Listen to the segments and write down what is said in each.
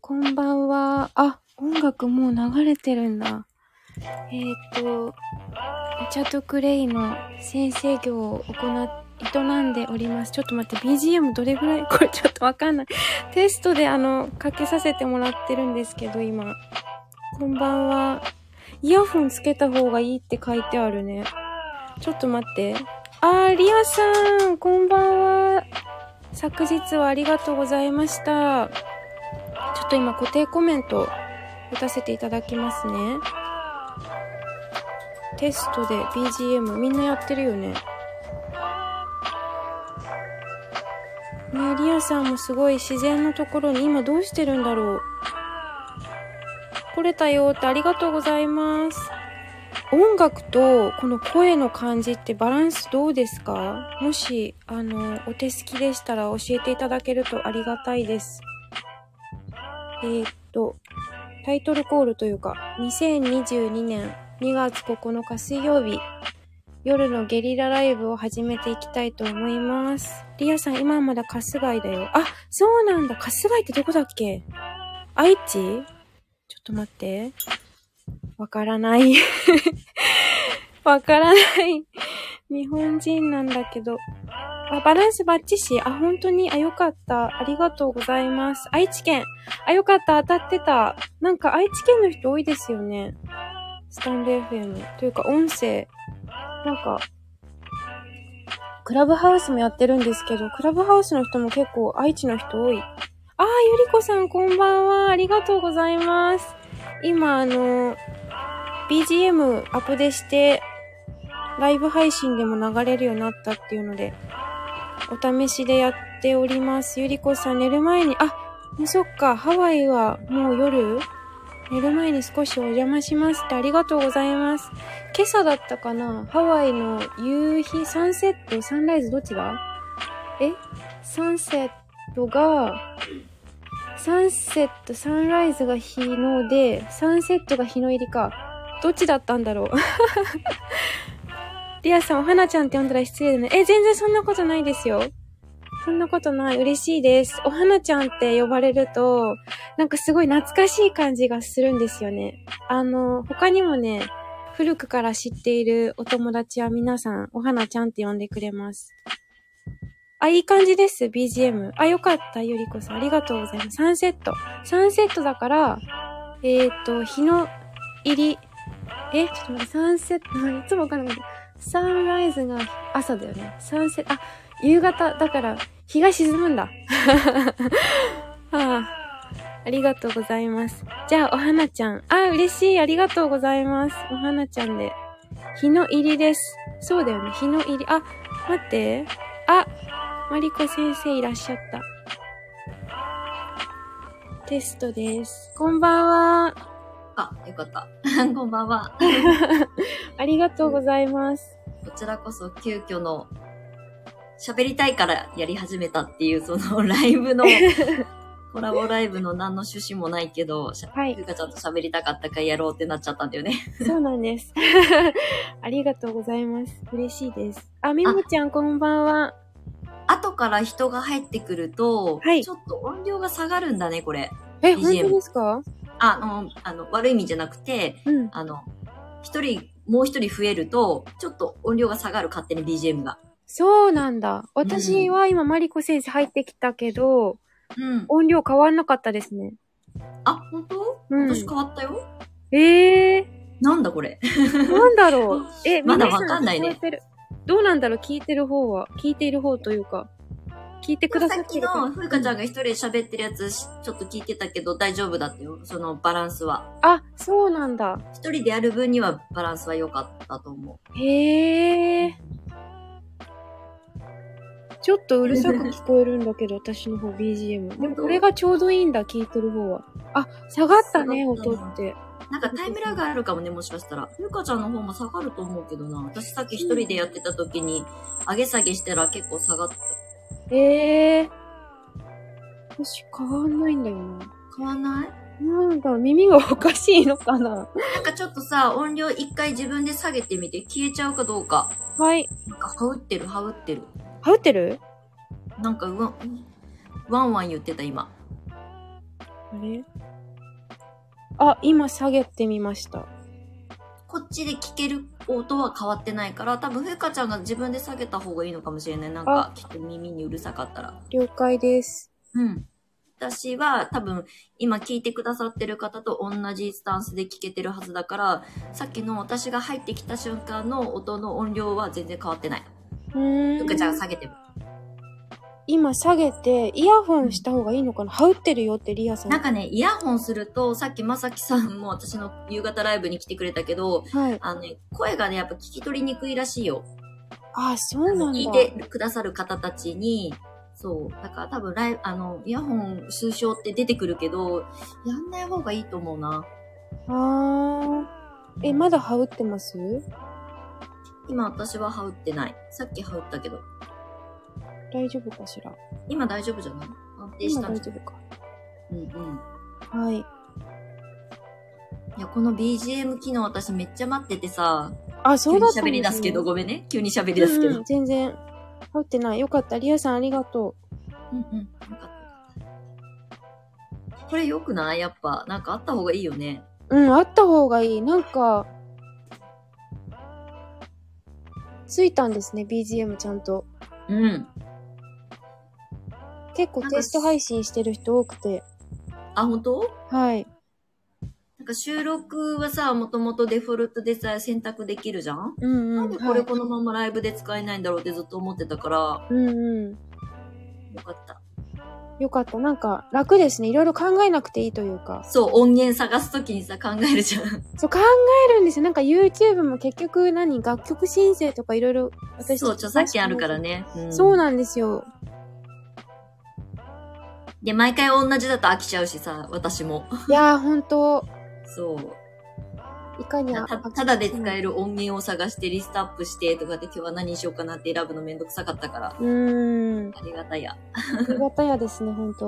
こんばんは。あ、音楽もう流れてるんだ。えー、っと、お茶とクレイの先生業を行っ、営んでおります。ちょっと待って、BGM どれぐらいこれちょっとわかんない。テストであの、かけさせてもらってるんですけど、今。こんばんは。イヤホンつけた方がいいって書いてあるね。ちょっと待って。あー、リアさん、こんばんは。昨日はありがとうございました。ちょっと今固定コメント打たせていただきますね。テストで BGM みんなやってるよね。ねリアさんもすごい自然のところに今どうしてるんだろう。来れたよってありがとうございます。音楽とこの声の感じってバランスどうですかもし、あの、お手すきでしたら教えていただけるとありがたいです。えーっと、タイトルコールというか、2022年2月9日水曜日、夜のゲリラライブを始めていきたいと思います。リアさん、今はまだ春日井だよ。あ、そうなんだ。春日井ってどこだっけ愛知ちょっと待って。わからない。 わからない。日本人なんだけど。あ、バランスバッチし。あ、本当に。あ、よかった。ありがとうございます。愛知県。あ、よかった。当たってた。なんか愛知県の人多いですよね。スタンレー FM。というか、音声。なんか、クラブハウスもやってるんですけど、クラブハウスの人も結構愛知の人多い。あー、ゆりこさんこんばんは。ありがとうございます。今、あの、BGM アップデして、ライブ配信でも流れるようになったっていうので、お試しでやっております。ゆりこさん寝る前に、あ、もうそっか、ハワイはもう夜寝る前に少しお邪魔しますってありがとうございます。今朝だったかなハワイの夕日、サンセット、サンライズどっちだえサンセットが、サンセット、サンライズが日の出、サンセットが日の入りか。どっちだったんだろう リアさん、お花ちゃんって呼んだら失礼だね。え、全然そんなことないですよ。そんなことない。嬉しいです。お花ちゃんって呼ばれると、なんかすごい懐かしい感じがするんですよね。あの、他にもね、古くから知っているお友達は皆さん、お花ちゃんって呼んでくれます。あ、いい感じです、BGM。あ、よかった、ゆりこさん。ありがとうございます。サンセット。サンセットだから、えっ、ー、と、日の入り。え、ちょっと待って、サンセット、 いつもわかんないけど、サンライズが朝だよね。サンセット、あ、夕方だから、日が沈むんだ。は あ、ありがとうございます。じゃあ、お花ちゃん。あ、嬉しい。ありがとうございます。お花ちゃんで。日の入りです。そうだよね。日の入り。あ、待って。あ、マリコ先生いらっしゃった。テストです。こんばんは。あ、よかった。 こんばんは。ありがとうございます。こちらこそ急遽の喋りたいからやり始めたっていうその ライ ブのコラボライブの何の趣旨もないけど、しゃはいゆかちゃんと喋りたかったからやろうってなっちゃったんだよね。 そうなんです。 ありがとうございます。嬉しいです。あ、みもちゃんこんばんは。後から人が入ってくると、はいちょっと音量が下がるんだね、これ。え、 BGM 本当ですかあ、うん、あの、悪い意味じゃなくて、うん。あの、一人、もう一人増えると、ちょっと音量が下がる、勝手に BGM が。そうなんだ。私は今、マリコ先生入ってきたけど、うん。音量変わんなかったですね。あ、本当、うん私変わったよ。ええなんだこれ。ー、なんだろう。 え、まだ皆さわかんないね聞こえてる。どうなんだろう聞いてる方は。聞いている方というか、聞いてくだささっっきてるの方。ふうかちゃんが一人で喋ってるやつしちょっと聞いてたけど大丈夫だったよ。そのバランスは。あ、そうなんだ。一人でやる分にはバランスは良かったと思へえ。ちょっとうるさく聞こえるんだけど、私の方 BGM。でもこれがちょうどいいんだ、聞いてる方は。あ、下がったね、下がった音ねって。う。なんかタイムラグあるかもね、もしかしたら。ふうかちゃんの方も下がると思うけどな。私さっき一人でやってた時に上げ下げしたら結構下がった。ええ。私変わんないんだよな。変わんないなんだ、耳がおかしいのかな。なんかちょっとさ、音量一回自分で下げてみて消えちゃうかどうか。はい。なんか羽織ってる羽織ってる。羽織ってるなんかうわ、ワンワン言ってた今。れあ、今下げてみました。こっちで聞ける音は変わってないから、多分ふうかちゃんが自分で下げた方がいいのかもしれない。なんか、きっと耳にうるさかったら。了解です。うん。私は多分今聞いてくださってる方と同じスタンスで聞けてるはずだから、さっきの私が入ってきた瞬間の音の音量は全然変わってない。うーふんうかちゃんが下げてる。今下げて、イヤホンした方がいいのかな羽打ってるよってリアさん。なんかね、イヤホンすると、さっきまさきさんも私の夕方ライブに来てくれたけど、はい。あのね、声がね、やっぱ聞き取りにくいらしいよ。あ、そうなんだ。聞いてくださる方たちに、そう、だから多分ライあの、イヤホン推奨って出てくるけど、やんない方がいいと思うな。あー。え、まだ羽打ってます今私は羽打ってない。さっき羽打ったけど。大丈夫かしら今大丈夫じゃない安定し今たん大じ丈夫か。ゃんうんうん。はい。いや、この BGM 機能私めっちゃ待っててさ、あ、そ急うにだったん喋り出すけど、ごごめんね。急に喋り出すけど。全然。羽打ってない。よかった。リアさんありがとうんうん。よかったよかった。これ良くないやっぱ、なんかあった方がいいよね。う。うん、あった方がいい。なんか、ついたんですね、BGM ちゃんと。うん。結構テスト配信してる人多くて。あ、本当はい。なんか収録はさ、もともとデフォルトでさ、選択できるじゃん、うんなうんん。でこれはいこのままライブで使えないんだろうってずっと思ってたから、うんうよかった。ん。よかった。なんか、楽ですね。いろいろ考えなくていいというか。そう、音源探すときにさ、考えるじゃん。そう、考えるんですよ。なんか YouTube も結局何楽曲申請とかいろいろ私そう、著作権あるから。ね。うんそうなんですよ。で、毎回同じだと飽きちゃうしさ、私も。いやー、ほんと、そう。いかにたあただで使える音源を探してリストアップしてとかで今日は何にしようかなって選ぶのめんどくさかったから。うーん。ありがたや。ありがたやですね、ほんと。そ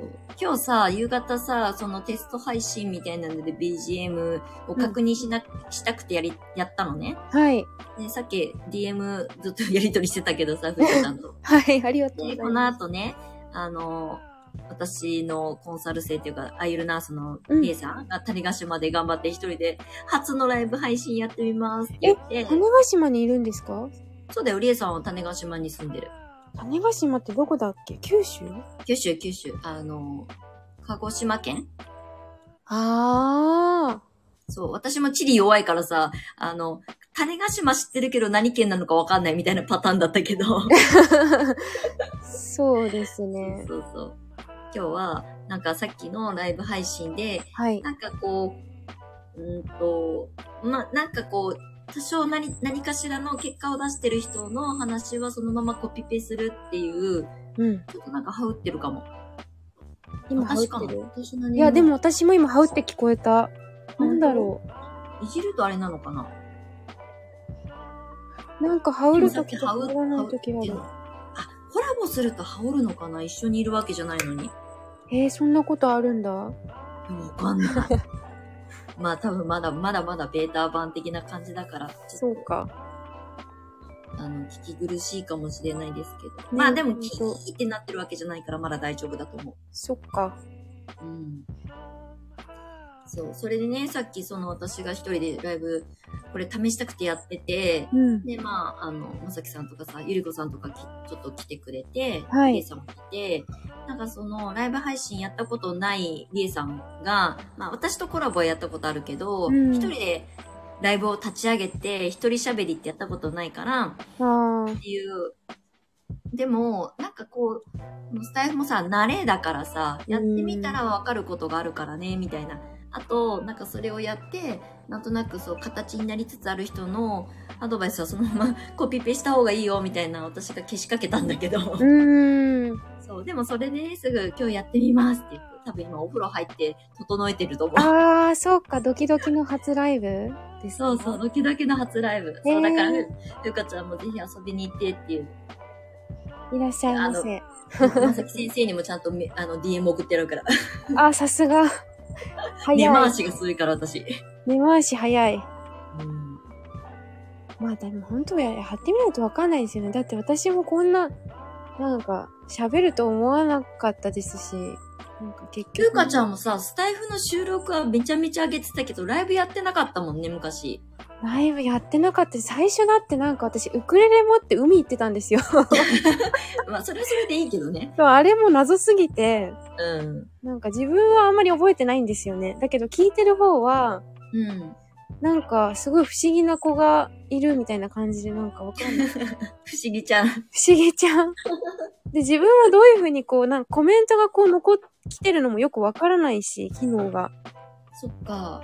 う。今日さ、夕方さ、そのテスト配信みたいなので BGM を確認しな、したくてやり、やったのね。はい。で、さっき DM ずっとやりとりしてたけど さ、藤田さんと。はい、ありがとうござで、いこのます。後ね、あの、私のコンサル生っていうか、アイルナースのうん A さんが種子島で頑張って一人で、初のライブ配信やってみますって言って、種子島にいるんですかそうだよ、りえさんは種子島に住んでる。種子島ってどこだっけ九州九州、九州、あの、鹿児島県あそう、私も地理弱いからさ、あの、種子島知ってるけど何県なのかわかんないみたいなパターンだったけど。ー。 そうですね。 そうそう。今日は、なんかさっきのライブ配信で、はい。なんかこう、うーんと、ま、なんかこう、多少何、何かしらの結果を出してる人の話はそのままコピペするっていう、うん。ちょっとなんかハウってるかも。今、羽私か織ってるも私何いや、でも、私も今、羽織って聞こえた。なんだろいじるとあれなのかなう。なんか、羽織るときと羽織らないときがある。あ、コラボすると羽織るのかな一緒にいるわけじゃないのに。えー、そんなことあるんだ。わかんない。 まあ多分まだまだまだベータ版的な感じだから、ちそょっうか。とあの、聞き苦しいかもしれないですけど。まあでも、ほんとキーってなってるわけじゃないからまだ大丈夫だと思そっか。う。うん。そう、それでね、さっきその私が一人でライブ、これ試したくてやってて、うん。で、まあ、あの、まさきさんとかさ、ゆりこさんとかきちょっと来てくれて、はいりえさんも来て、なんかその、ライブ配信やったことないりえさんが、まあ、私とコラボはやったことあるけど、一、うん人でライブを立ち上げて、一人喋りってやったことないから、ああ。っていう。でも、なんかこう、スタイフもさ、慣れだからさ、やってみたらわかることがあるからね、みたいな。あと、なんかそれをやって、なんとなくそう、形になりつつある人のアドバイスはそのま まコピペした方がいいよ、みたいな私がけしかけたんだけど。うーん。そう、でもそれで、ね、すぐ今日やってみますって言って、多分今お風呂入って整えてると思う。ああ、そうか。ドキドキの初ライブですそうそう、う。ドキドキの初ライブ。そう、だからへー、ゆかちゃんもぜひ遊びに行っ てっていう。いらっしゃいませ。まさき先生にもちゃんとめあの DM 送ってやるから。ああ、さすが。早い。根回しがすごいから私。根回し早い。まあでも本当はややってみないとわかんないですよね。だって私もこんな、なんか、喋ると思わなかったですし、なんか結ゆう局。かちん。ゃんもさ、スタイフの収録はめちゃめちゃ上げてたけど、ライブやってなかったもんね、昔。ライブやってなかったし最初だってなんか私、ウクレレ持って海行ってたんですよ。 まあ、それはそれでいいけどね。そうあれも謎すぎて、うん。なんか自分はあんまり覚えてないんですよね。だけど聞いてる方は、うん。なんかすごい不思議な子がいるみたいな感じでなんかわかんない。不思議ちゃん。不思議ちゃん。で、自分はどういうふうにこう、なんかコメントがこう残ってきてるのもよくわからないし、機能が。そっか。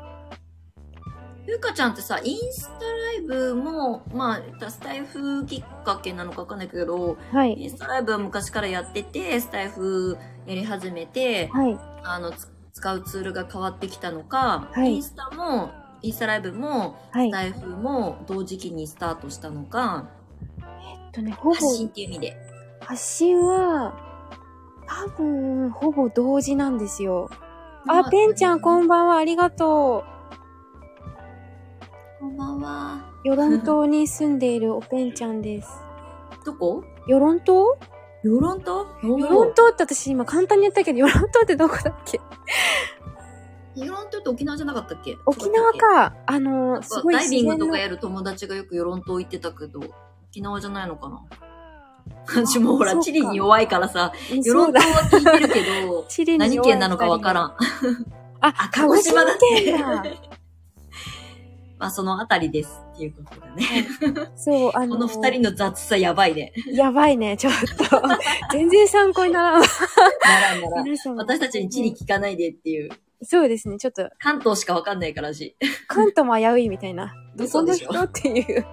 ゆうかちゃんってさ、インスタライブも、まあ、スタイフきっかけなのかわかんないけど、はい。インスタライブは昔からやってて、スタイフやり始めて、はい。あの、つ使うツールが変わってきたのか、はいインスタも、インスタライブも、はいス。タイフも同時期にスタートしたのか、えっとね、ほぼ、発信っていう意味で。発信は、多分、ほぼ同時なんですよ。あ、ペンちゃんこん、んばんは、ありがとこんばんはう。。与論島に住んでいるおペンちゃんです。どこ与論島ヨロン島与論島って私今簡単に言ったけど、与論島ってどこだっけヨロン島って沖縄じゃなかったっけ沖縄か。あのー、すごいダイ自ビン然グとのかやる友達がよく与論島行ってたけど、沖縄じゃないのかな私もほそら、うかチリに弱いからさ、うん与そう論だ、島は聞いてるけど チリに何弱い県なのかわからん。ん。ああ、鹿児島県だ。まあ、そのあたりですっていうことだね。そう、あこのー、の二人の雑さやばいね。やばいね、ちょっと。 全然参考にならんわ。ならんならん。皆様 私たちにチリ聞かないでっていう。そうですね、ちょっと、関東しかわかんないからし。関東も危ういみたいな。どこ 嘘のでし人ょっていう。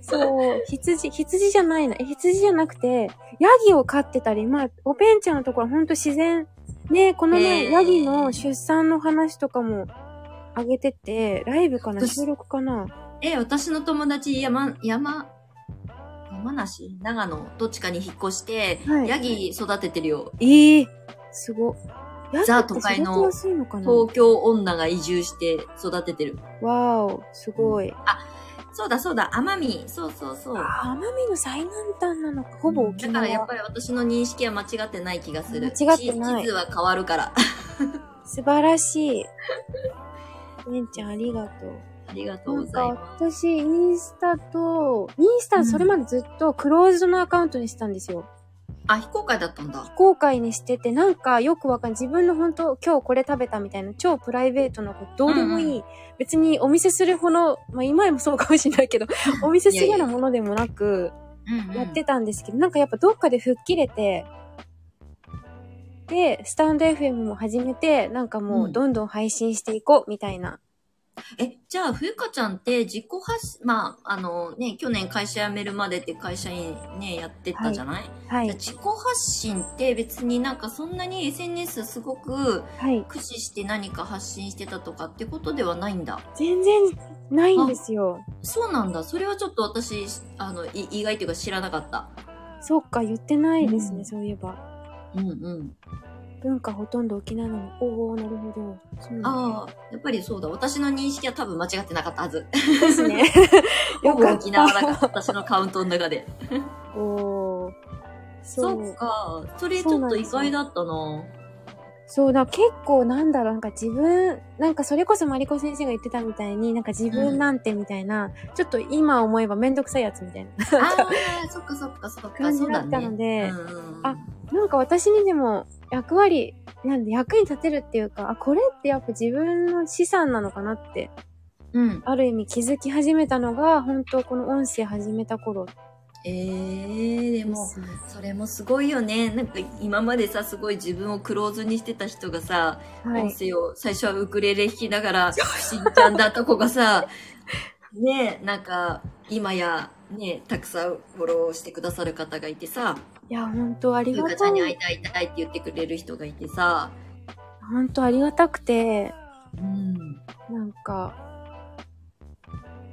そう、羊、羊じゃないな。え羊じゃなくて、ヤギを飼ってたり、まあ、おペンちゃんのところはほんと自然。ねこの前、へーヤギの出産の話とかも上げてて、ライブかな私収録かなえ、私の友達、山、山、山梨長野どっちかに引っ越して、はいヤギ育ててるよ。ええすご。ザヤギって都会の育てやすいのかな東京女が移住して育ててる。わーお、すごい。そうだそうだ、奄美。そうそうそう。あ奄美の最南端なのか、ほぼ沖だからやっ縄。ぱり私の認識は間違ってない気がする。間違ってない地地図は変わる から。素晴らしい。めんちゃん、ありがとう。ありがとうなごんざいかま私、インスタと、インスタそれまでずっとクローズドのアカウントにしてたんですよ。す。あ、非公開だったんだ。非公開にしてて、なんかよくわかんない。自分の本当今日これ食べたみたいな、超プライベートなこと、どうでもいい。うんう別にお見せするほど、まあ今もそうかもしれない けど、お見せするようないやいものでもなく、うん、やってたんですけど、なんかやっぱどっかで吹っ切れて、で、スタンド FM も始めて、なんかもううんどんどん配信していこう、みたいな。え、じゃあ、冬香ちゃんって自己発信、まあ、あのね、去年会社辞めるまでって会社員ね、やってたじゃない、はじゃあい。自己発信って別になんかそんなに SNS すごくはい。駆使して何か発信してたとかってことではないんだ。全然ないんですよ。そうなんだ。それはちょっと私、あの、い意外というか知らなかった。そっか、言ってないですね、うんそういえば。うんうん。文化ほとんど沖縄なの。おおなるほど。そうなんああ、やっぱりそうだ。私の認識は多分間違ってなかったはず。ですね。ほ よぼかっ沖縄だからた。、私のカウントの中で。おーそそうう。か。それちょっと意外だったな。そうだ、結構なんだろう、なんか自分、なんかそれこそマリコ先生が言ってたみたいに、なんか自分なんてみたいな、ちょっと今思えばめんどくさいやつみたいな。ああ、そっかそっかそっか。感じそうだだったのね。で、うんうんうんあなんか私にでも役割、なんで役に立てるっていうか、あ、これってやっぱ自分の資産なのかなって、うん。ある意味気づき始めたのが、本当この音声始めた頃えー、ででも、すね。それもすごいよね。なんか今までさ、すごい自分をクローズにしてた人がさ、はい音。声を最初はウクレレ弾きな がら、しんちゃんだった子がさ、ねえ、なんか、今や、ねえ、たくさんフォローしてくださる方がいてさ、いや、本当ありゆうがかちたゃいんに。会いたい会いたいって言ってくれる人がいてさ、本当ありがたくて、うん。なんか、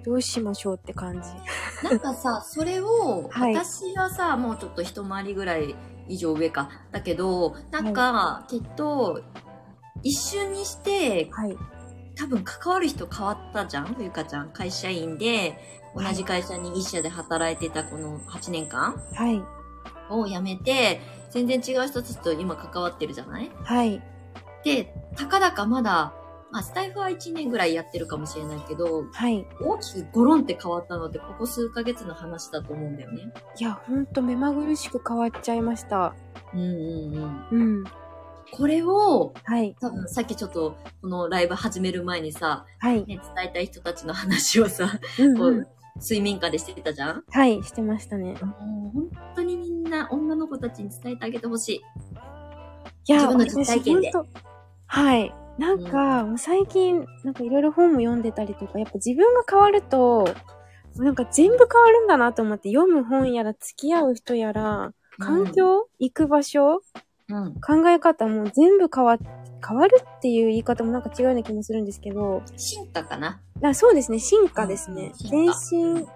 どうしましょうって感じ。なんかさ、それを、はい私はさ、もうちょっと一回りぐらい以上上か。だけど、なんか、きっと、一瞬にして、はい。多分関わる人変わったじゃんゆうかちゃん。会社員で、同じ会社に一社で働いてたこの8年間はい。をやめて、全然違う人たちと今関わってるじゃないはい。で、たかだかまだ、まあ、スタイフは1年ぐらいやってるかもしれないけど、はい。大きくゴロンって変わったのって、ここ数ヶ月の話だと思うんだよね。いや、ほんと目まぐるしく変わっちゃいました。うんうんうん。うん。これを、はい。多分さっきちょっと、このライブ始める前にさ、はい。ね、伝えたい人たちの話をさ、うんこうんう、水面下でしてたじゃんはい、してましたね。もう本当にみんな女の子たちに伝えてあげてほしい。いや、自分の実体験で私ほんとはい。なんか、もう最近、なんかいろいろ本も読んでたりとか、やっぱ自分が変わると、なんか全部変わるんだなと思って、読む本やら、付き合う人やら、環境、行く場所うん、うん。考え方も全部変わっ、変わるっていう言い方もなんか違うような気もするんですけど、進化かな。あそうですね、進化ですね。うん全進化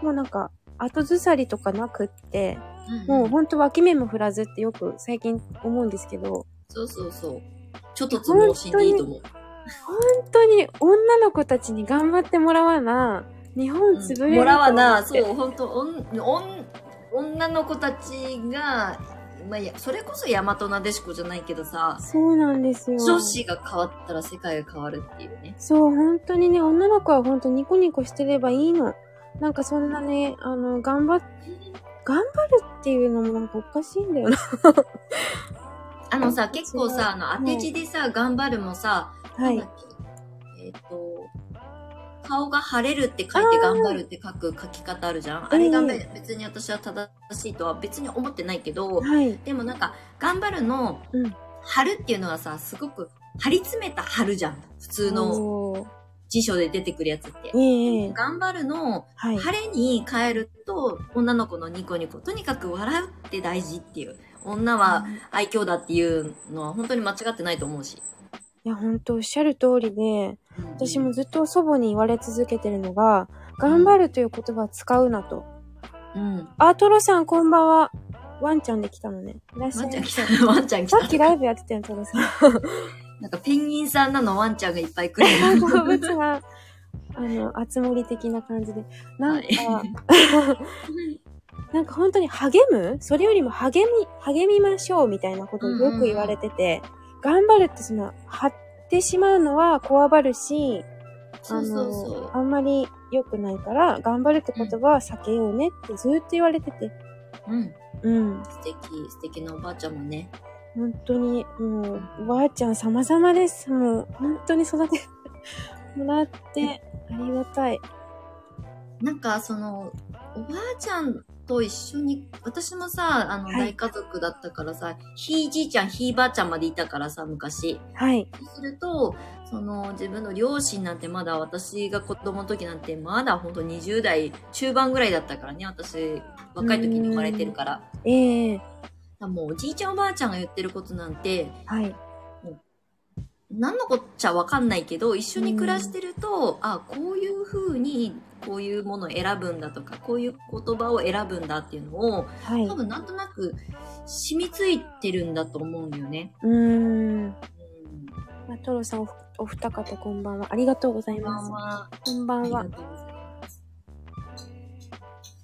身、もうなんか、後ずさりとかなくって、うんもうほんと脇目も振らずってよく最近思うんですけど、そうそうそう。ちょっとつも死んでいいと思う。本当に女の子たちに頑張ってもらわな、日本潰れる、うんもらわな、と思そっう、て。本当おん、おん、女の子たちが、まあ、いやそれこそ大和なでしこじゃないけどさ、そうなんですよ。女子が変わったら世界が変わるっていうね。そう、本当にね、女の子は本当ニコニコしてればいいの。なんかそんなね、あの、頑張っ、頑張るっていうのもなんかおかしいん だよな。あのさ、結構さ、あの、当て字でさ、頑張るもさ、はなんいだ。っけえっ、と、顔が腫れるって書いて頑張るって書く書き方あるじゃん。あれがえべ別に私は正しいとは別に思ってないけど、はい。でもなんか、頑張るのうん、貼るっていうのはさ、すごく張り詰めた貼るじゃん。普通のおー辞書で出てくるやつって。ええ頑張るの、はい。晴れに変えると、女の子のニコニコ。とにかく笑うって大事っていう。女は愛嬌だっていうのは本当に間違ってないと思うし。いや、本当おっしゃる通りで、うん私もずっと祖母に言われ続けてるのが、頑張るという言葉は使うなと。うん。あ、トロさんこんばんは。ワンちゃんで来たのね。いらっしゃワいンちゃまんせ来た。 ワンちゃん来さた。っきライブやってたよ、トロさん。なんかペンギンさんなのワンちゃんがいっぱい来る。動物が、あの、あつ森的な感じで。なんか、 なんか本当に励むそれよりも励み、励みましょうみたいなことをよく言われてて、頑張るってその、張ってしまうのはこわばるし、 そうそうそあの、あんまり良くないから、頑張るって言葉は避けようねってずーっと言われてて、う。うん。うん。素敵、素敵なおばあちゃんもね。本当に、もう、おばあちゃん様々です。もう、本当に育て もらって、ありがたい。なんかその、おばあちゃんと一緒に、私もさ、あの、はい大家族だったからさ、ひいじいちゃん、ひいばあちゃんまでいたからさ、昔。はい。そうすると、その、自分の両親なんてまだ、私が子供の時なんて、まだほんと20代中盤ぐらいだったからね、私、若い時に生まれてるから。ええもう、おじいちゃんおばあちゃんが言ってることなんて、はい。何のこっちゃわかんないけど、一緒に暮らしてると、あ、こういう風に、こういうものを選ぶんだとか、こういう言葉を選ぶんだっていうのを、はい。多う分なんとなく染みついてるんだと思うんだよね。ーん。うん。まあ、トロさんお、お二方こんばんは。ありがとうございこんばますん。は。こんばあんりがはと。うございます。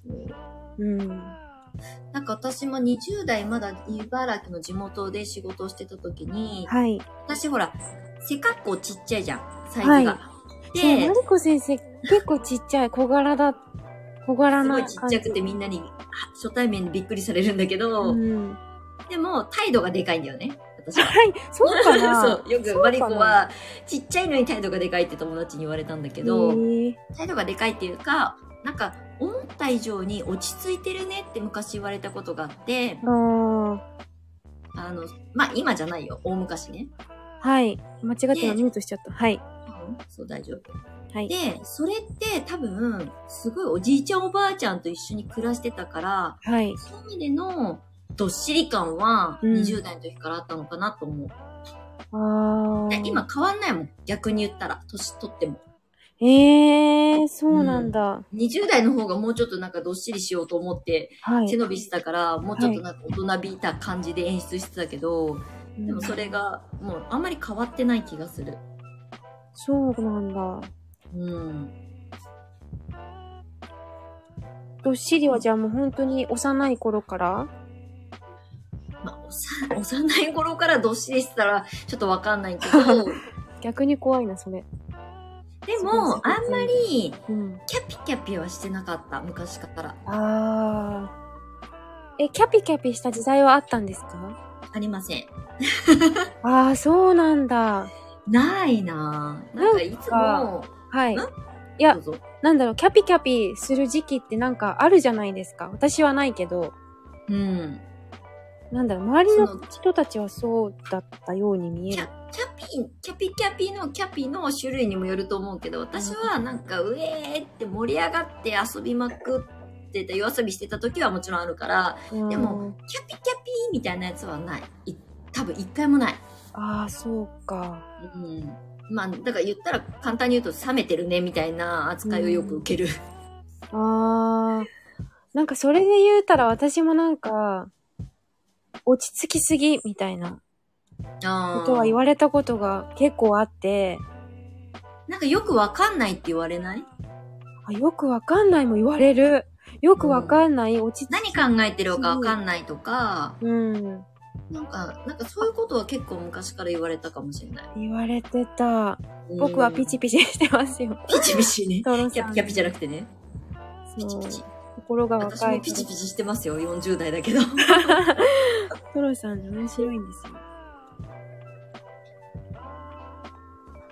そううん。なんか私も20代まだ茨城の地元で仕事をしてた時に、はい。私ほら、背格好ちっちゃいじゃん、サイズが。はそう、でマ、リコ先生、結構ちっちゃい、小柄だ、小柄すなごい感じ。ちっちゃくてみんなには初対面でびっくりされるんだけど、うん。でも態度がでかいんだよね、私は。はい、そうかな そう、よくマリコそうかなはちっちゃいのに態度がでかいって友達に言われたんだけど、へえ態度がでかいっていうか、なんか思った以上に落ち着いてるねって昔言われたことがあって、ああの、まあ、今じゃないよ、大昔ね。あ、はい。間違って今ミュートしちゃった。はい。うんそう、大丈夫。はい。で、それって多分、すごいおじいちゃんおばあちゃんと一緒に暮らしてたから、はい。そういう意味でのどっしり感はうん20代の時からあったのかなと思う。ああ。で今変わんないもん。逆に言ったら、年取っても。ええそうなんだ。 20代の方がもうちょっとなんかどっしりしようと思っては背い。伸びしてたから、もうちょっとなんか大人びた感じで演出してたけど、でもうんそれがもうあんまり変わってない気がする。そうなんだ。うん。どっしりはじゃあもう本当に幼い頃からまあ、おさ幼い頃からどっしりしてたら、ちょっとわかんない けど、逆に怖いな、それ。でも、あんまり、うん。キャピキャピはしてなかった、昔から。ああ。え、キャピキャピした時代はあったんですかありません。ああ、そうなんだ。ないなぁ。なんかいつも、はい。んいやどう、ぞなんだろう、キャピキャピする時期ってなんかあるじゃないですか。私はないけど、うん。なんだろう、周りのその人たちはそうだったように見えキるャ。キャピ、キャピキャピのキャピの種類にもよると思うけど、私はなんか、うえーって盛り上がって遊びまくってた、夜遊びしてた時はもちろんあるから、うんでも、キャピキャピみたいなやつはない。い多分一回もない。ああ、そうか。うん。まあ、だから言ったら簡単に言うと冷めてるねみたいな扱いをよく受ける。ああ。なんかそれで言うたら私もなんか、落ち着きすぎみたいなこあとは言ーわれたことが結構あって、なんかよくわかんないって言われないあよくわかんないも言われる。よくわかんない、落ち着何考えてるかわかんないとか、うん。なんか、なんかそういうことは結構昔から言われたかもしれない。言われてた。僕はピチピチしてますよ。ピチピ チね。トロキさャん。ピキャピじゃなくてね。ピチそうピチ。心が私若いも。ピチピチしてますよ、40代だけど。 トロさん面白いんですよ。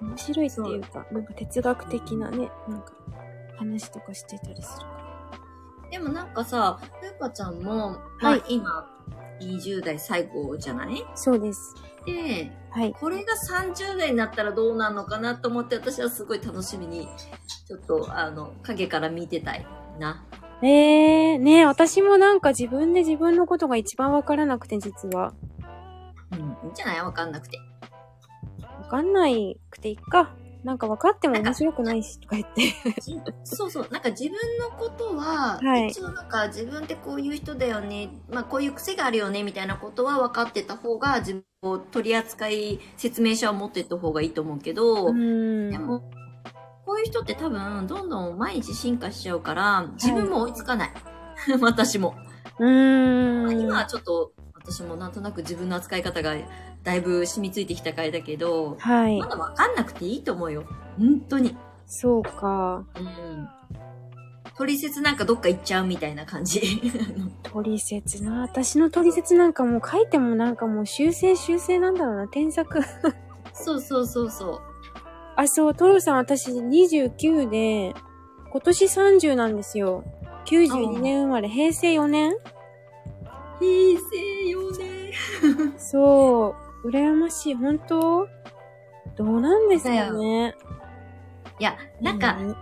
面白いっていうか、なんか哲学的なね、なんか話とかしてたりする。でもなんかさ、ふうかちゃんも、はいまあ今、20代最後じゃないそうです。で、はい。これが30代になったらどうなるのかなと思って、私はすごい楽しみに、ちょっと、あの、影から見てたいな。えー、ねえ私もなんか自分で自分のことが一番わからなくて、実は。うん。いいんじゃないわかんなくて。わかんないくていっか。なんか分かっても面白くないし、とか言って。そうそう。なんか自分のことは、はい一応なんか自分ってこういう人だよね、まあこういう癖があるよね、みたいなことは分かってた方が、自分を取り扱い説明書を持ってった方がいいと思うけど、うんで。も、こういう人って多分、どんどん毎日進化しちゃうから、自分も追いつかない。 私も。うーん。今はちょっと、私もなんとなく自分の扱い方がだいぶ染みついてきた回だけど、はいま。だ分かんなくていいと思うよ。本当に。そうか。うん。トリセツなんかどっか行っちゃうみたいな感じ。トリセツな。私のトリセツなんかもう書いてもなんかもう修正修正なんだろうな。添削。 そうそうそうそう。あ、そう、トロさん私29で、今年30なんですよ。92年生まれ、平成4年平成よね。そう。羨ましい。本当どうなんですかね。いや、なんか、うね、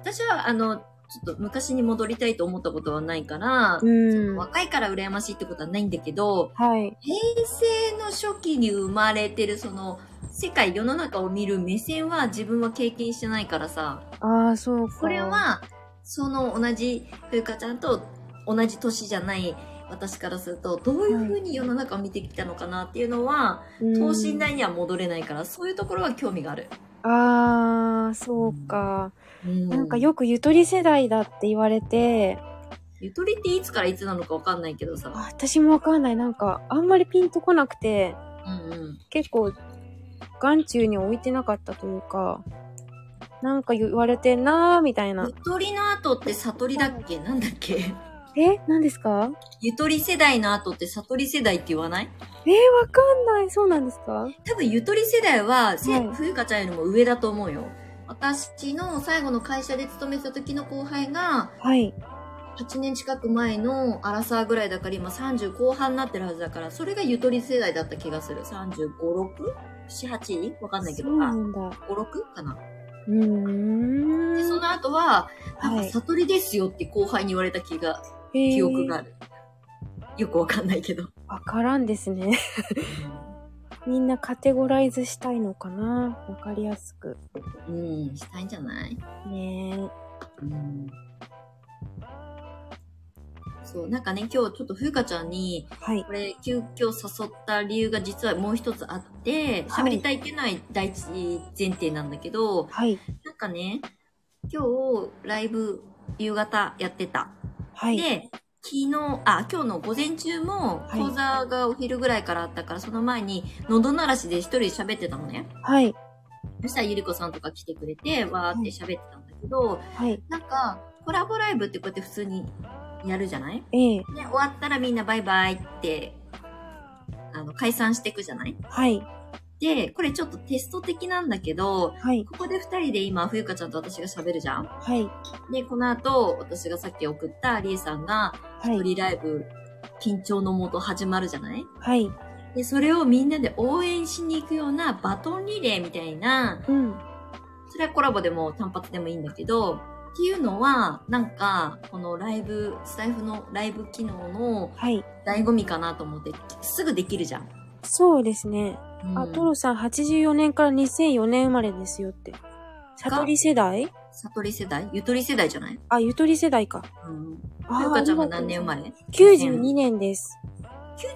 私はあの、ちょっと昔に戻りたいと思ったことはないから、うん。は若いから羨ましいってことはないんだけど、い。平成の初期に生まれてるその、世界、世の中を見る目線は自分は経験してないからさ、ああ、そうか。これ、は、その同じ、ふうかちゃんと同じ年じゃない私からすると、どういうふうに世の中を見てきたのかなっていうのは、等身大には戻れないから、そういうところは興味がある。ああ、そうか。ななんかよくゆとり世代だって言われて、ゆとりっていつからいつなのかわかんないけどさ。あ私もわかんない。なんか、あんまりピンとこなくて、うんうん。結構、眼中に置いてなかったというか、なんか言われてんなーみたいなゆ。とりの後って悟りだっけなんだっけえ何ですかゆとり世代の後って悟り世代って言わないえー、わかんない。そうなんですか多分ゆとり世代は、せはいふゆかちゃんよりも上だと思うよ。私の最後の会社で勤めてた時の後輩が、はい。 8年近く前のアラサーぐらいだから今30後半になってるはずだから、それがゆとり世代だった気がする。35、6?7、8? わかんないけど、そうなあ、んだ。 5、6かな。うで、ーそん。の後は、なんはかい悟りですよって後輩に言われた気が記記憶がある。よくわかんないけど。わからんですね。 みんなカテゴライズしたいのかなわかりやすく。うん、したいんじゃないねえ。うん。そう、なんかね、今日ちょっとふうかちゃんに、はい。これ、急遽誘った理由が実はもう一つあって、はい喋りたいっていうのは第一前提なんだけど、はい。なんかね、今日、ライブ夕方やってた。はい。で、昨日、あ、今日の午前中も、はい講座がお昼ぐらいからあったから、その前に、喉鳴らしで一人で喋ってたのね。はい。そしたらゆりこさんとか来てくれて、わーって喋ってたんだけど、はい。なんか、コラボライブってこうやって普通にやるじゃないで、ええ終わったらみんなバイバイって、あの、解散していくじゃないはい。で、これちょっとテスト的なんだけど、はい。ここで二人で今、冬香ちゃんと私が喋るじゃんはい。で、この後、私がさっき送ったりえさんが、は一い。人ライブ、緊張のもと始まるじゃないはい。で、それをみんなで応援しに行くようなバトンリレーみたいな、うん。それはコラボでも単発でもいいんだけど、っていうのは、なんか、このライブ、スタイフのライブ機能のはい。醍醐味かなと思って、すぐできるじゃん。そうですね。うんあ、トロさん84年から2004年生まれですよって。悟り世代悟り世代ゆとり世代じゃないあ、ゆとり世代か。うん。あゆかちゃんは何年生まれ年 ?92 年です。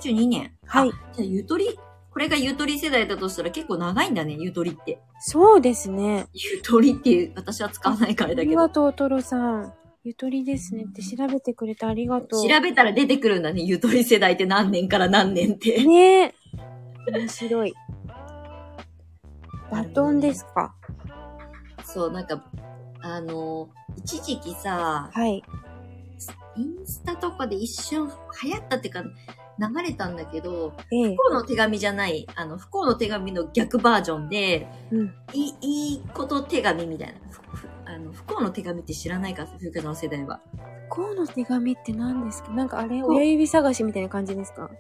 ?92 年。はいあ。じゃあゆとり、これがゆとり世代だとしたら結構長いんだね、ゆとりって。そうですね。ゆとりっていう、私は使わないからあだりけがど。とう、トロさん。ゆとりですねって調べてくれてありがとう。調べたら出てくるんだね、ゆとり世代って何年から何年って。ねえ。面白い。バトンですか。そう、なんか、あの、一時期さ、はい。インスタとかで一瞬流行ったっていうか、流れたんだけど、ええ不。幸の手紙じゃない、あの、不幸の手紙の逆バージョンで、うん。いい、いいこと手紙みたいな。ふふあの、不幸の手紙って知らないか、冬香さんの世代は。こうの手紙って何ですかなんかあれ、こう親指探しみたいな感じですか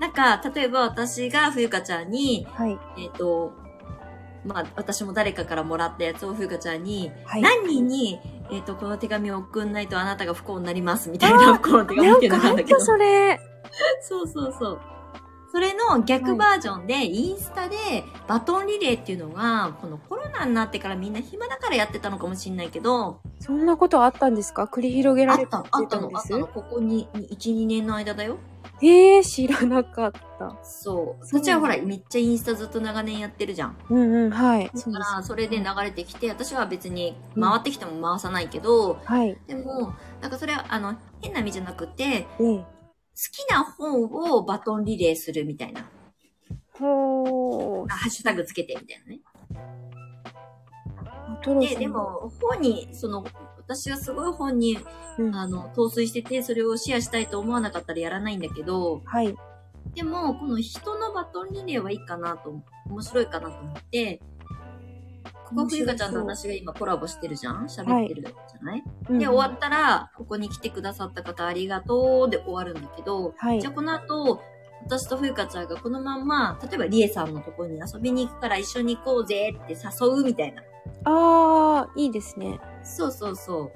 なんか、例えば私が冬香ちゃんに、はい。えっ、と、まあ、私も誰かからもらったやつをふうかちゃんに、はい。何人に、えっ、と、この手紙を送んないとあなたが不幸になります、みたいな不幸の手紙なっていんうのかがあほるんんだけど。とそそれ。うそうそう。それの逆バージョンで、インスタでバトンリレーっていうのが、このコロナになってからみんな暇だからやってたのかもしれないけど、そんなことあったんですか繰り広げあらっれたたって、あ言っってたたんの、であったの、すここに、1、2年の間だよ。ええ知らなかった。そう。そうそっちはほら、めっちゃインスタずっと長年やってるじゃん。うんうん、はい。だそうかです。ら、それで流れてきて、私は別に回ってきても回さないけど、はい。でも、なんかそれは、あの、変な意味じゃなくて、ええ。好きな本をバトンリレーするみたいな。ほーあ。ハッシュタグつけてみたいなね。あトロさで、ん。で、も、本に、その、私はすごい本に、うん、あの、陶酔してて、それをシェアしたいと思わなかったらやらないんだけど、はい。でも、この人のバトンリレーはいいかなと、面白いかなと思って、ここ、面白そう冬香ちゃんと私が今コラボしてるじゃん喋ってるじゃない、で、うん終わったら、ここに来てくださった方ありがとうで終わるんだけど、はいじゃあ。この後、私と冬香ちゃんがこのまんま、例えばリエさんのところに遊びに行くから一緒に行こうぜって誘うみたいな。あー、いいですね。そうそうそう。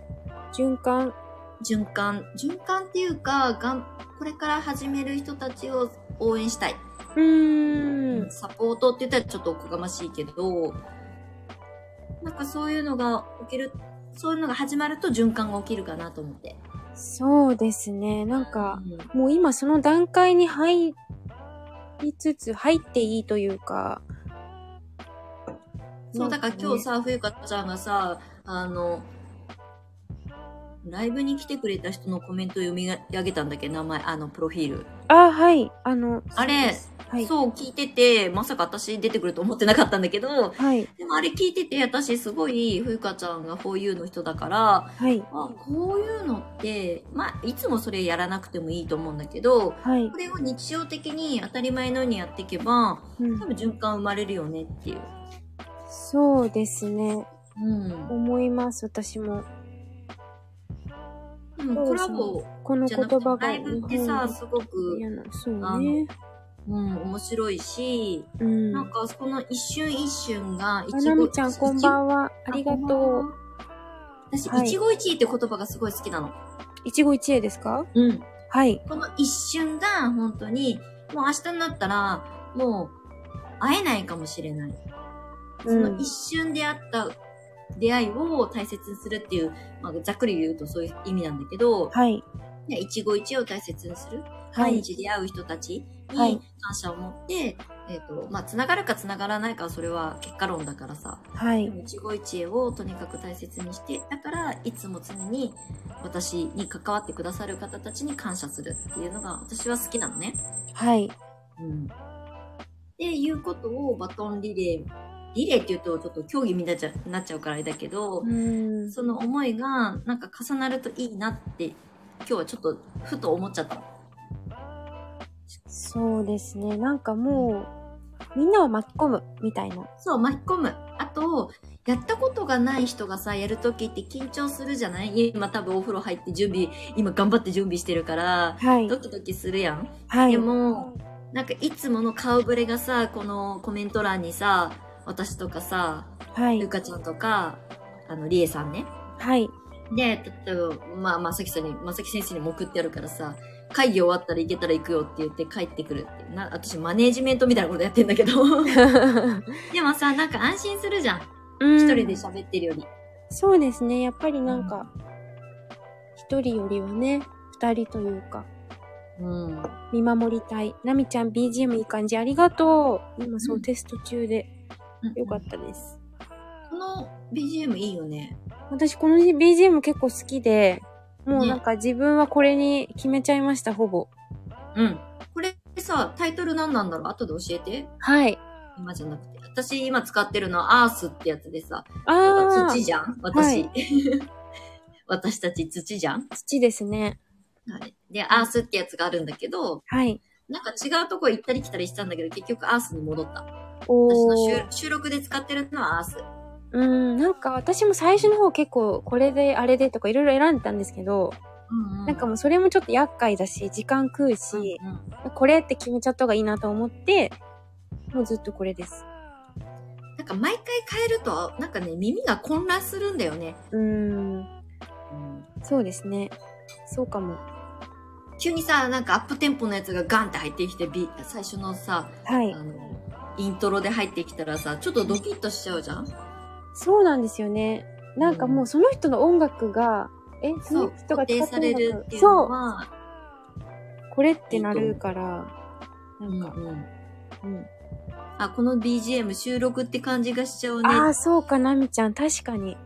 循環。循環。循環っていうか、がん、これから始める人たちを応援したい。うーん。サポートって言ったらちょっとおこがましいけど、なんかそういうのが起きる、そういうのが始まると循環が起きるかなと思って。そうですね。なんうか、んもう今その段階に入りつつ、入っていいというか。そう、だから今日さ。さ、冬香ちゃんがさ、あの、ライブに来てくれた人のコメントを読み上げたんだっけ名前、あの、プロフィール。あ、はい。あの、あれはい。そう、聞いてて、まさか私出てくると思ってなかったんだけど、はい。でもあれ聞いてて、私すごい、冬香ちゃんが 4U の人だから、はい。あ、こういうのって、まあ、いつもそれやらなくてもいいと思うんだけど、はいこ。れを日常的に当たり前のようにやっていけば、うん多分循環生まれるよねっていう。そうですね。うん。思います、私も。でもコラボこのじゃ言なくて葉が。ライブってさ、すごく、嫌なそうあねの。うん、面白いし、うん。なんかその一瞬一瞬が、いあなみちゃん、こんばは。んは。ありがとう。私、一は期い一会って言葉がすごい好きなの。一期一会ですかうん。はい。この一瞬が本当に、もう明日になったら、もう会えないかもしれない。その一瞬であった出会いを大切にするっていう、まあ、ざっくり言うとそういう意味なんだけど、はい。ね一期一会を大切にする。は毎い。日出会う人たちはいに感謝を持って、えっ、と、まあ、繋がるか繋がらないかはそれは結果論だからさ。はい。一期一会をとにかく大切にして、だからいつも常に私に関わってくださる方たちに感謝するっていうのが私は好きなのね。はい。うん。っていうことをバトンリレー、リレーっていうとちょっと競技になっちゃなっちゃうからあれだけど、うん。その思いがなんか重なるといいなって今日はちょっとふと思っちゃった。そうですね。なんかもう、みんなを巻き込むみたいな。そう、巻き込む。あと、やったことがない人がさ、やるときって緊張するじゃない今多分お風呂入って準備、今頑張って準備してるから、はいド。キドキするやん。はい。でも、なんかいつもの顔ぶれがさ、このコメント欄にさ、私とかさ、はゆい。かちゃんとか、あの、りえさんね。 はい。で、例えば、まあ、まさきさんに、まさき先生にも送ってあるからさ、会議終わったら行けたら行くよって言って帰ってくるって。な、私マネージメントみたいなことやってんだけど。 でもさ、なんか安心するじゃん。うん一人で喋ってるより。そうですね。やっぱりなんか、一人よりはね、二人というか、うん。見守りたい。なみちゃん BGM いい感じ。ありがとう。今そう、うん。テスト中で。よかったたです。この BGM いいよね。私この BGM 結構好きで、もうなんか自分はこれに決めちゃいました、ほぼ。うん。これさ、タイトル何なんだろう後で教えて。はい。今じゃなくて。私今使ってるのはアースってやつでさ、あ土ー、じゃん私。は 私たち土じゃん、土ですね。はい、で、アースってやつがあるんだけど、はい。なんか違うとこ行ったり来たりしたんだけど、結局アースに戻った。私おのー収。収録で使ってるのはアース。うん、なんか私も最初の方結構これであれでとかいろいろ選んでたんですけど、うん、うん。なんかもうそれもちょっと厄介だし、時間食うし、うんうんこれって決めちゃった方がいいなと思って、もうずっとこれです。なんか毎回変えると、なんかね、耳が混乱するんだよね。うーん、そうですね。そうかも。急にさ、なんかアップテンポのやつがガンって入ってきて、ビ最初のさ、はいあ。の、イントロで入ってきたらさ、ちょっとドキッとしちゃうじゃんそうなんですよね。なんかもうその人の音楽が、え、そそのう、人が固定使されるっていうそのう、は、これってなるから、なうんんか、うんうん。あ、この BGM 収録って感じがしちゃうね。ああ、そうか、なみちゃん、確かに。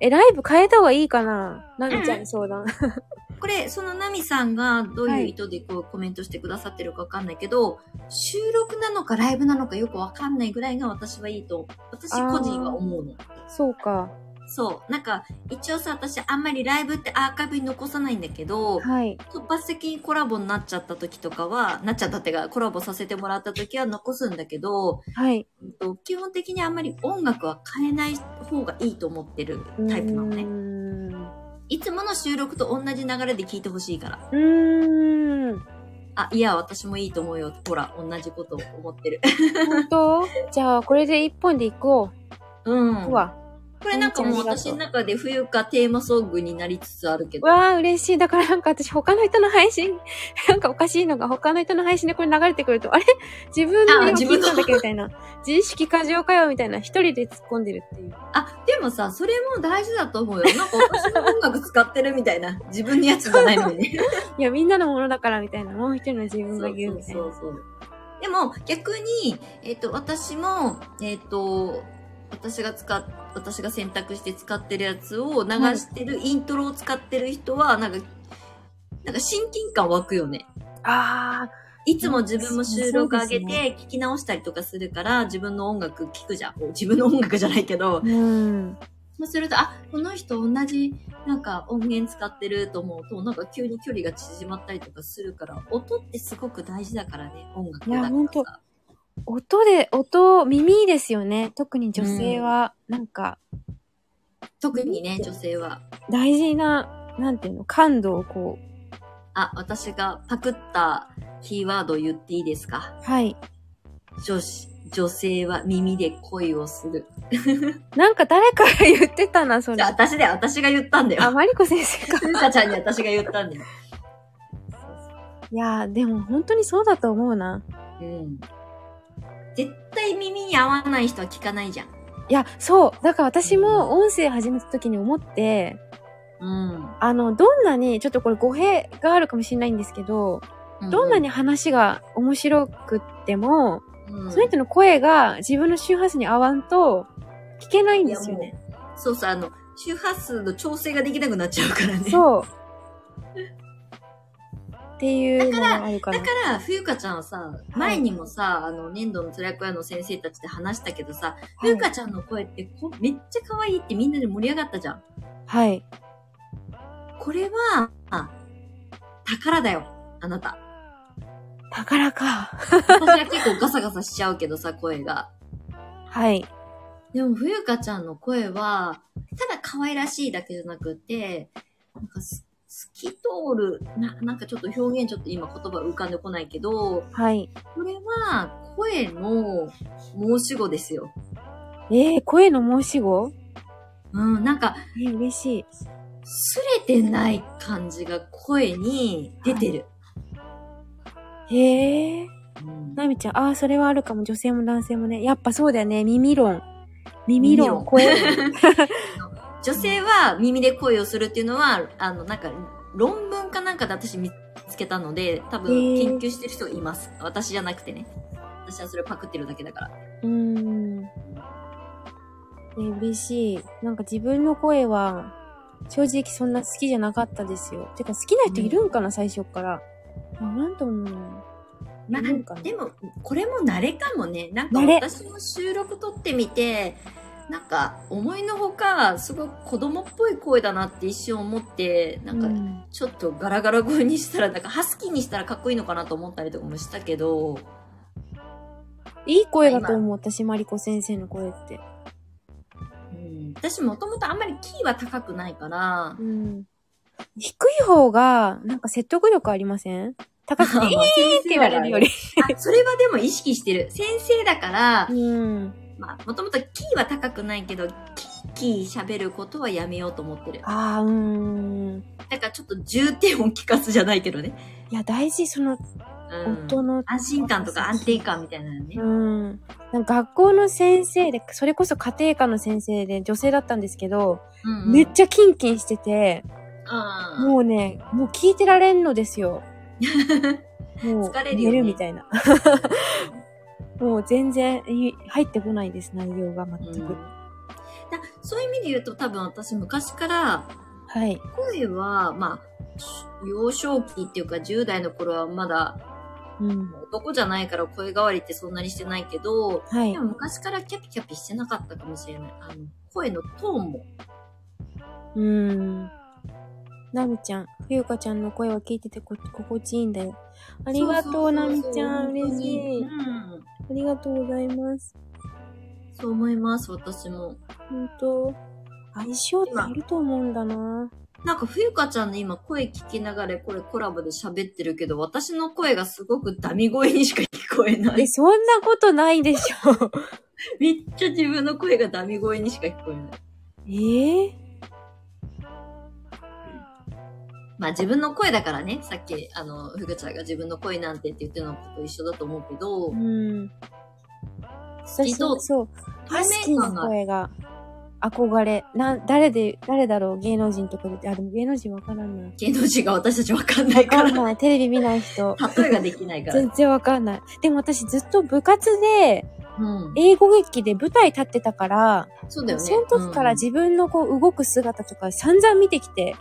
え、ライブ変えた方がいいかななみちゃんに相談。 これ、そのナミさんがどうはいいう意図でこうコメントしてくださってるかわかんないけど、収録なのかライブなのかよくわかんないぐらいが私はいいと、私個人は思うの。そうか。そう。なんか、一応さ、私あんまりライブってアーカイブに残さないんだけど、はい。突発的にコラボになっちゃった時とかは、なっちゃったってか、コラボさせてもらった時は残すんだけど、はい。うんと基本的にあんまり音楽は変えない方がいいと思ってるタイプなうのね。ーん。いつもの収録と同じ流れで聞いてほしいから。うーん。あ、いや、私もいいと思うよ。ほら、同じこと思ってる。 本当 じゃあ、これで一本で行こうん。う。うわ。これなんかもありうがとう私の中で冬かテーマソングになりつつあるけど。わあ、嬉しい。だからなんか私他の人の配信、 なんかおかしいのが他の人の配信でこれ流れてくると、あれ自分のあ今自分聞いの たんだっけどみたいな。自意識過剰かよみたいな。一人で突っ込んでるっていう。あ、でもさ、それも大事だと思うよ。なんか私の音楽使ってるみたいな。自分のやつじゃないのにね。いや、みんなのものだからみたいな。もう一人の自そ分うが言そううみたいそな。うそう。でも逆に、えっ、と、私も、えっ、と、私が使っ、私が選択して使ってるやつを流してる、イントロを使ってる人は、なんか、なんか親近感湧くよね。あいつも自分も収録そ上げうてです聞き直したりとかするから、自分の音楽聞くじゃん。自分の音楽じゃないけどあ、。うん。そうすると、あ、この人同じなんか音源使ってると思うと、なんか急に距離が縮まったりとかするから、音ってすごく大事だからね、音楽だいかやらほんとさ。音で、音、耳ですよね。特に女性は、なんか、特にね、女性は。大事な、なんていうの、感度をこう。あ、私がパクったキーワードを言っていいですかはい。女子、女性は耳で恋をする。なんか誰かが言ってたな、そじれゃあ。私だよ、私が言ったんだあ、よ。マリコ先生か。ふうかちゃんに私が言ったんだよ。いやー、でも本当にそうだと思うな。うん。絶対耳に合わない人は聞かないじゃん。いや、そう。だから私も音声始めた時に思って、うん。あの、どんなに、ちょっとこれ語弊があるかもしれないんですけど、どんなに話が面白くっても、うん、その人の声が自分の周波数に合わんと聞けないんですよね。そうそう、あの、周波数の調整ができなくなっちゃうからね。そう。 っていうのがあるかだらか。ら、冬香ちゃんはさ、前にもさ、あの、粘土のつらい小屋の先生たちで話したけどさ、はい冬香ちゃんの声ってこめっちゃ可愛いってみんなで盛り上がったじゃん。はい。これは、あ宝だよ、あなた。宝か。私は結構ガサガサしちゃうけどさ、声が。はい。でも、冬香ちゃんの声は、ただ可愛らしいだけじゃなくて、なんかす、透き通る、な、なんかちょっと表現ちょっと今言葉浮かんでこないけど、はい。これは声の申し子ですよ。えー、声の申し子うん、なんか、えー嬉しい。すれてない感じが声に出てる。へえー。うんなみちゃん、ああ、それはあるかも。女性も男性もね。やっぱそうだよね。耳論。耳論。耳論声。女性は耳で声をするっていうのは、あの、なんか、論文かなんかで私見つけたので、多分へー研究してる人がいます。私じゃなくてね。私はそれパクってるだけだから。うーん。ね、嬉しい。なんか自分の声は、正直そんな好きじゃなかったですよ。てか好きな人いるんかな、最初から。あなんともまあ、いるんかなでも、これも慣れかもね。なんか慣れ私も収録撮ってみて、なんか思いのほか、すごく子供っぽい声だなって一瞬思って、なんかうんちょっとガラガラ声にしたら、なんかハスキーにしたらかっこいいのかなと思ったりとかもしたけど、いい声だと思う、私、マリコ先生の声って。うん、私もともとあんまりキーは高くないからう、ん。低い方が、なんか説得力ありません高くて、えー って言われるより。あそれはでも意識してる。先生だから、うん。まあ、もともとキーは高くないけど、キーキー喋ることはやめようと思ってる。ああ、うーん。だからちょっと重点を聞かすじゃないけどね。いや、大事、その、うん、夫の、安心感とか安定感みたいなのね。うん。なんか学校の先生で、それこそ家庭科の先生で女性だったんですけど、うんうんめっちゃキンキンしてて、もうね、もう聞いてられんのですよ。もう疲れる寝よねるみたいな。 もう全然い入ってこないです、内容が うん全うんく。だそういう意味で言うと多分私昔からはい。声は、まあ、幼少期っていうか10代の頃はまだうん。男じゃないから声変わりってそんなにしてないけど、はでいも。昔からキャピキャピしてなかったかもしれない。あの、声のトーンも。うん。なみちゃん、ふゆかちゃんの声は聞いててこ心地いいんだよ。あありがとう、なみちゃん。嬉しいうん。。ありがとうございます。そう思います、私も。本当相性ってあると思うんだな。なんか、冬香ちゃんの今声聞きながらこれコラボで喋ってるけど、私の声がすごくダミ声にしか聞こえないえ、。そんなことないでし ょ。めっちゃ自分の声がダミ声にしか聞こえない。えー、まあ自分の声だからね、さっき、あの、ふぐちゃんが自分の声なんてって言ってるのと一緒だと思うけど、うん。私、どうそう。ハ対スキ面ー感のが、声が憧れ。な、誰で、誰だろう芸能人とかで。あ、でも芸能人わからんな。芸能人が私たちわかんないかわかんら、ない。テレビ見ない 人。例えができないから。全然わかんない。でも私ずっと部活で、うん。英語劇で舞台立ってたから、そうだよね。その時からうん自分のこう動く姿とか散々見てきて、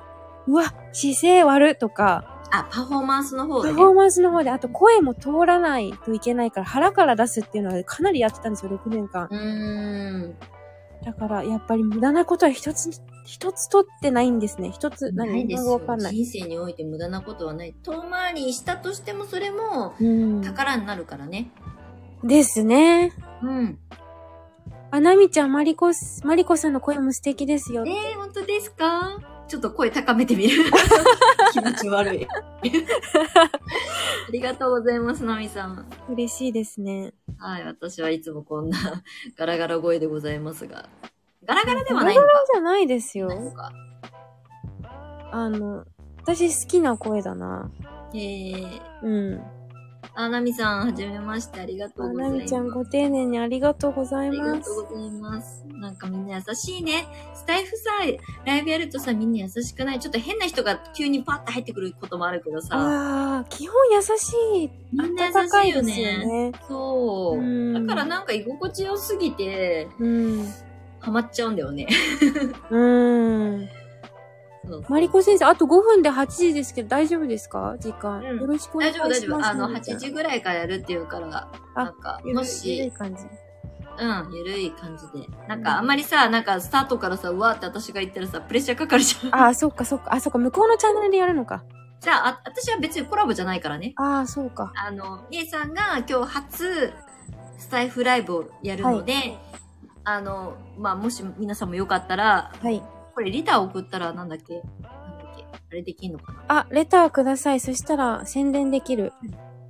うわ、姿勢悪とか、あ、パフォーマンスの方で、パね。フォーマンスの方で、あと声も通らないといけないから腹から出すっていうのはかなりやってたんですよ、6年間。うーん。だから、やっぱり無駄なことは一つ、一つ取ってないんですね。一つ、ないです日本語よわかん。ない。人生において無駄なことはない。遠回りしたとしてもそれもうん。宝になるからね。ですね。うん。あなみちゃん、マリコス、マリコさんの声も素敵ですよえ。ー、本当ですかちょっと声高めてみる。 気持ち悪い。 ありがとうございます、ナミさん。嬉しいですね。はい、私はいつもこんな ガラガラ声でございますが。ガラガラではガなラいのガか。ラじゃないですないのよ。かあの、私好きな声だな。えー、うん。あ、なみさん、はじめまして。ありがとうござないます。みちゃん、ご丁寧にありがとうござあいりがますと。うございます。なんかみんな優しいね。スタイフさ、ライブやるとさ、みんな優しくない。ちょっと変な人が急にパッと入ってくることもあるけどさ。ああ、基本優しい。みんな優暖かしいいよですよね。ね。そうう。んだからなんか居心地良すぎて、うん。ハマっちゃうんだよね。 うん。そうマリコ先生、あと5分で8時ですけど、大丈夫ですか時間、うんよろしくお願大いしま丈夫、す。大丈夫。あの、なみちゃ8ん。時ぐらいからやるっていうから、あなんか、ゆるゆるもいし、感じ。うん、ゆるい感じで。なんうか、んあんまりさ、なんか、スタートからさ、うわーって私が言ったらさ、プレッシャーかかるじゃん。 ああ、そっかそっか。あ、そっか。向こうのチャンネルでやるのか。じゃあ、あ私は別にコラボじゃないからね。ああ、そうか。あの、姉さんが今日初、スタイフライブをやるので、あの、まあ、もし皆さんもよかったら、はい。これ、リター送ったら、なんだっけなんだっけあれできんのかなあ、レターください。そしたら宣伝できる。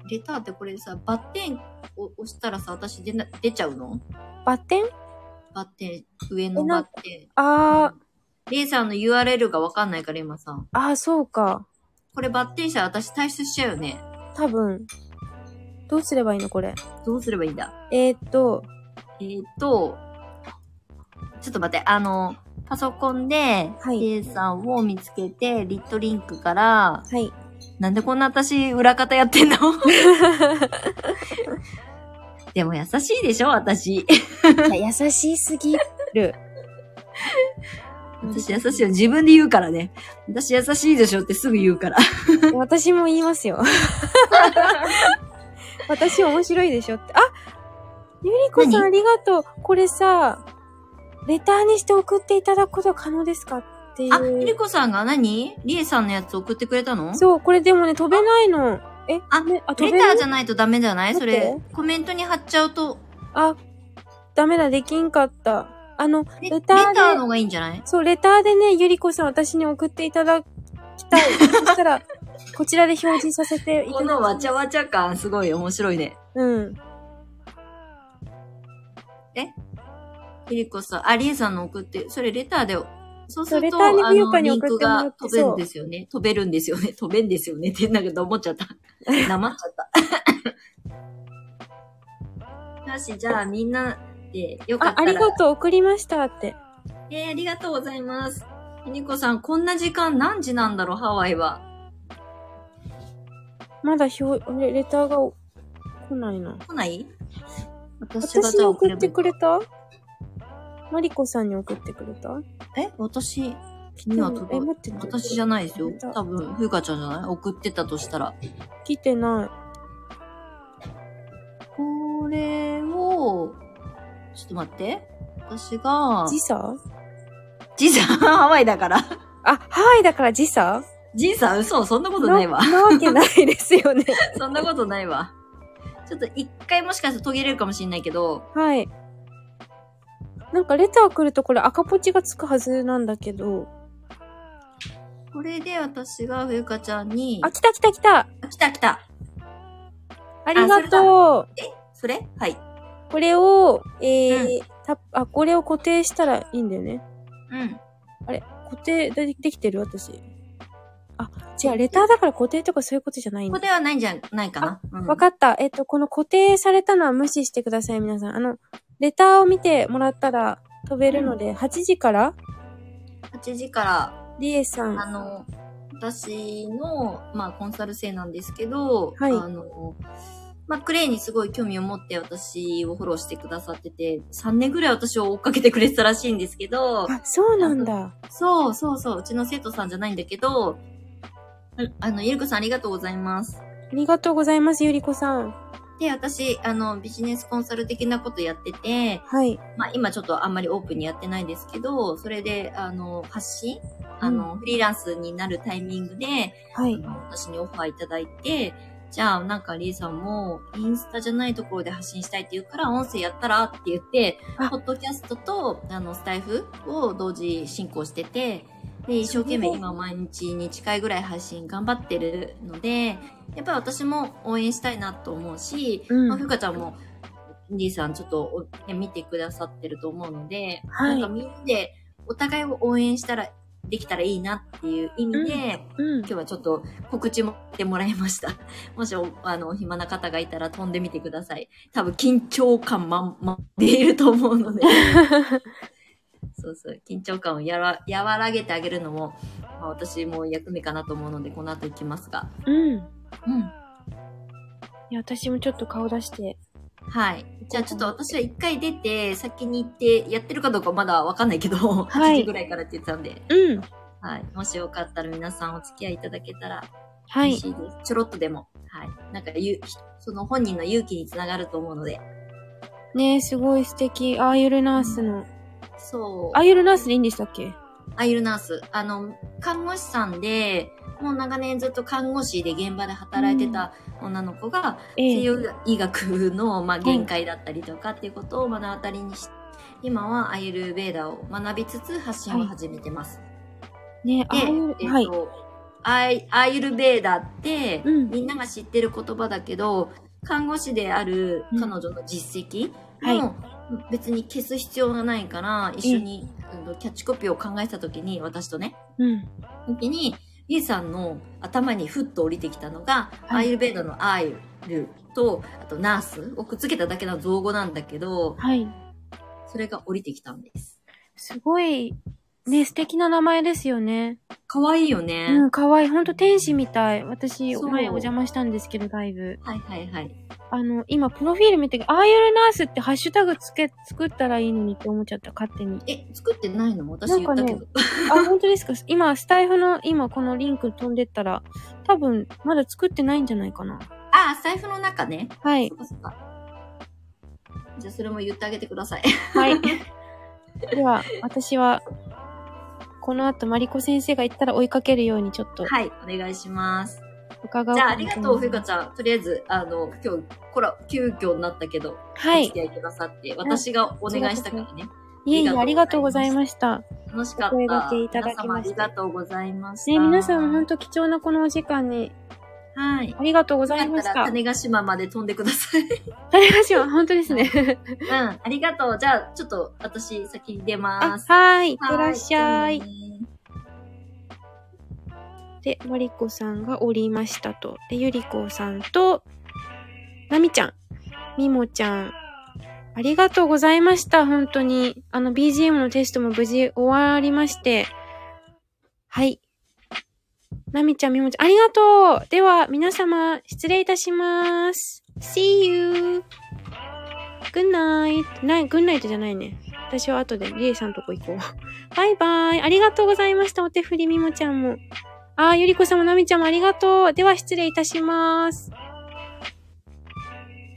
レターってこれさ、バッテンを押したらさ、私出な、出ちゃうのバッテンバッテン、上のバッテああ、ン。レイさんの URL がわかんないから、今さ。ああ、そうか。これバッテンしたら私退出しちゃうよね。多分。どうすればいいのこれ。どうすればいいんだえー、っと、えーっと、ちょっと待って、あの、パソコンで、はいレイさんを見つけて、リットリンクから、はい。なんでこんな私、裏方やってんの でも優しいでしょ私。いや優しすぎ る。私優しいよ。自分で言うからね。私優しいでしょってすぐ言うから。 私も言います よ。私面白いでしょって。あゆりこさん何ありがとう。これさ、レターにして送っていただくことは可能ですかっていあ、ゆりう。こさんが何リエさんのやつ送ってくれたのそう、これでもね、飛べないの。えあねあ、飛レべタなーいじゃないとダメじゃないそれ待っ。コメントに貼っちゃうと、あ、ダメだ、できんかった。あの、レレレタターでーの方がいいんじゃないそう、レターでね、ゆりこさん私に送っていただき たい。そしたら、こちらで表示させていただこきのまわす。ちゃわちゃ感すごい面白いね。うん。ひりこさん、あ、りえさんの送って、それレターで、そうすると、そうレターにあみゆかの、にリン送クってもらがって飛べるんですよね。飛べるんですよね。 飛べんですよね。ってなんか思っちゃ った。なまっちゃった。 よし、じゃあみんなで、よかっあ、たあら。りがとう、送りましたって。えー、ありがとうございます。ひりこさん、こんな時間何時なんだろう、ハワイは。まだ表、レレターが来ないな。来ない私が私じにゃあ送送れっばいていくれたマリコさんに送ってくれたえ私君は届え、い待って、私じゃないですよ本。当多分、ふうかちゃんじゃない送ってたとしたら。来てなこれを、ちょっと待って。私がい。、時差じいさん、ハワイだから。あ、ハワイだから時差じいさん、嘘、そんなことないわな。なわけないですよ ね。そんなことないわ。ちょっと一回もしかしたら途切れるかもしれないけど、はい。なんかレター来るとこれ赤ポチがつくはずなんだけど。これで私がふうかちゃんに、あ、来た来た来たあ、来た来た。ありがとうそれはい。これを、えーた、あ、これを固定したらいいんだよね。うん。あれ固定でできてる私。あ、違う、レターだから固定とかそういうことじゃないんここだ。ではないんじゃないかな。うんわかった。えっと、この固定されたのは無視してください、皆さん。あの、レターを見てもらったら飛べるので、8時から、 8時から、リエさん。あの、私の、まあ、コンサル生なんですけど、はいあの、まあ、クレイにすごい興味を持って私をフォローしてくださってて、3年ぐらい私を追っかけてくれてたらしいんですけど、あ、そうなんだ。そうそうそう、うちの生徒さんじゃないんだけど、うんあの、ゆりこさんありがとうございます。ありがとうございます、ゆりこさん。で、私、あの、ビジネスコンサル的なことやってて、はい。まあ、今ちょっとあんまりオープンにやってないんですけど、それで、あの、発信あの、フリーランスになるタイミングで、はい。私にオファーいただいて、じゃあなんかリーさんもインスタじゃないところで発信したいって言うから音声やったらって言ってあ、ポッドキャストとあのスタイフを同時進行してて、で、一生懸命今毎日2回ぐらい配信頑張ってるので、やっぱり私も応援したいなと思うし、うんまあふうかちゃんもリーさんちょっとおね見てくださってると思うので、はいなんかみんなでお互いを応援したらできたらいいなっていう意味で、うん今。日はちょっと告知もしてもらいました。 もしお、あの、お暇な方がいたら飛んでみてください。多分緊張感満々でいると思う ので。そうそう、緊張感をやら和らげてあげるのも、まあ、私も役目かなと思うので、この後行きますが。うん。うん。いや、私もちょっと顔出して。はい。じゃあちょっと私は一回出て、先に行って、やってるかどうかまだわかんないけど、 い8時ぐらいからって言ってたんで、うん。はい。もしよかったら皆さんお付き合いいただけたらは嬉い。しいです。ちょろっとでも。はい。なんか、ゆ、その本人の勇気につながると思うので。ねえ、すごい素敵。アーユルナースの。そう。アーユルナースでいいんでしたっけアイルナース。あの、看護師さんで、もう長年ずっと看護師で現場で働いてた女の子が、西ええ。洋医学の、まあ、限界だったりとかっていうことを目の当たりにし、今はアイルベーダを学びつつ発信を始めてます。ねえ、アーユで、えっ、ル、はい。と、アイアイルベーダって、うんみんなが知ってる言葉だけど、看護師である彼女の実績はいも別に消す必要がないから、一緒にうんキャッチコピーを考えてた時に、私とね、うん。時に、リエさんの頭にふっと降りてきたのが、はいアイルベーダのアイルと、あとナースをくっつけただけの造語なんだけど、はい。それが降りてきたんです。すごい、ね、素敵な名前ですよね。可愛いよね。うん、かわいい。ほんと天使みたい。私、そう前お邪魔したんですけど、だいぶ。はいはいはい。あの、今、プロフィール見て、アーユルナースってハッシュタグつけ、作ったらいいのにって思っちゃった、勝手 に。え、作ってないの私な言んかっねたけど。あ、本当ですか今、スタイフの、今、このリンク飛んでったら、多分、まだ作ってないんじゃないかな。あ、財布の中ね。はいそ。っかそっか。じゃあそれも言ってあげてください。 はい。では、私は、この後、マリコ先生が行ったら追いかけるように、ちょっと、 はい、お願いします。伺おうじかゃあなありがとう、思いふまかすちゃん。とりあえず、あの、今日、コラ、急遽になったけはど、おい付。き合いくださって、私がお願いしたからね。いえいえ、ありがとうございました。楽しかっお声た。掛けいただ皆き様あましてりがとうございました。ね、皆さん本当当貴重なこのお時間にはい。よありがとうござかいまっしたた。ら、種種子島まで飛んでくだ さい。子島、本当ですね。うん、ありがとう。じゃあ、ちょっと、私、先に 出あ、はます。ーい、いっはてらっしゃいじ。ゃあねで、マリコさんがおりましたと。で、ゆりこさんと、なみちゃん、みもちゃん、ありがとうございました、本当に。あの、BGM のテストも無事終わりまして。はい。なみちゃん、みもちゃん、ありがとうでは、皆様、失礼いたします。See you! Good night! ない、Good night じゃないね。私は後で、りえさんとこ行こう。バイバイありがとうございました、お手振りみもちゃんも。あー、ゆりこさんもなみちゃんもありがとう。では失礼いたします。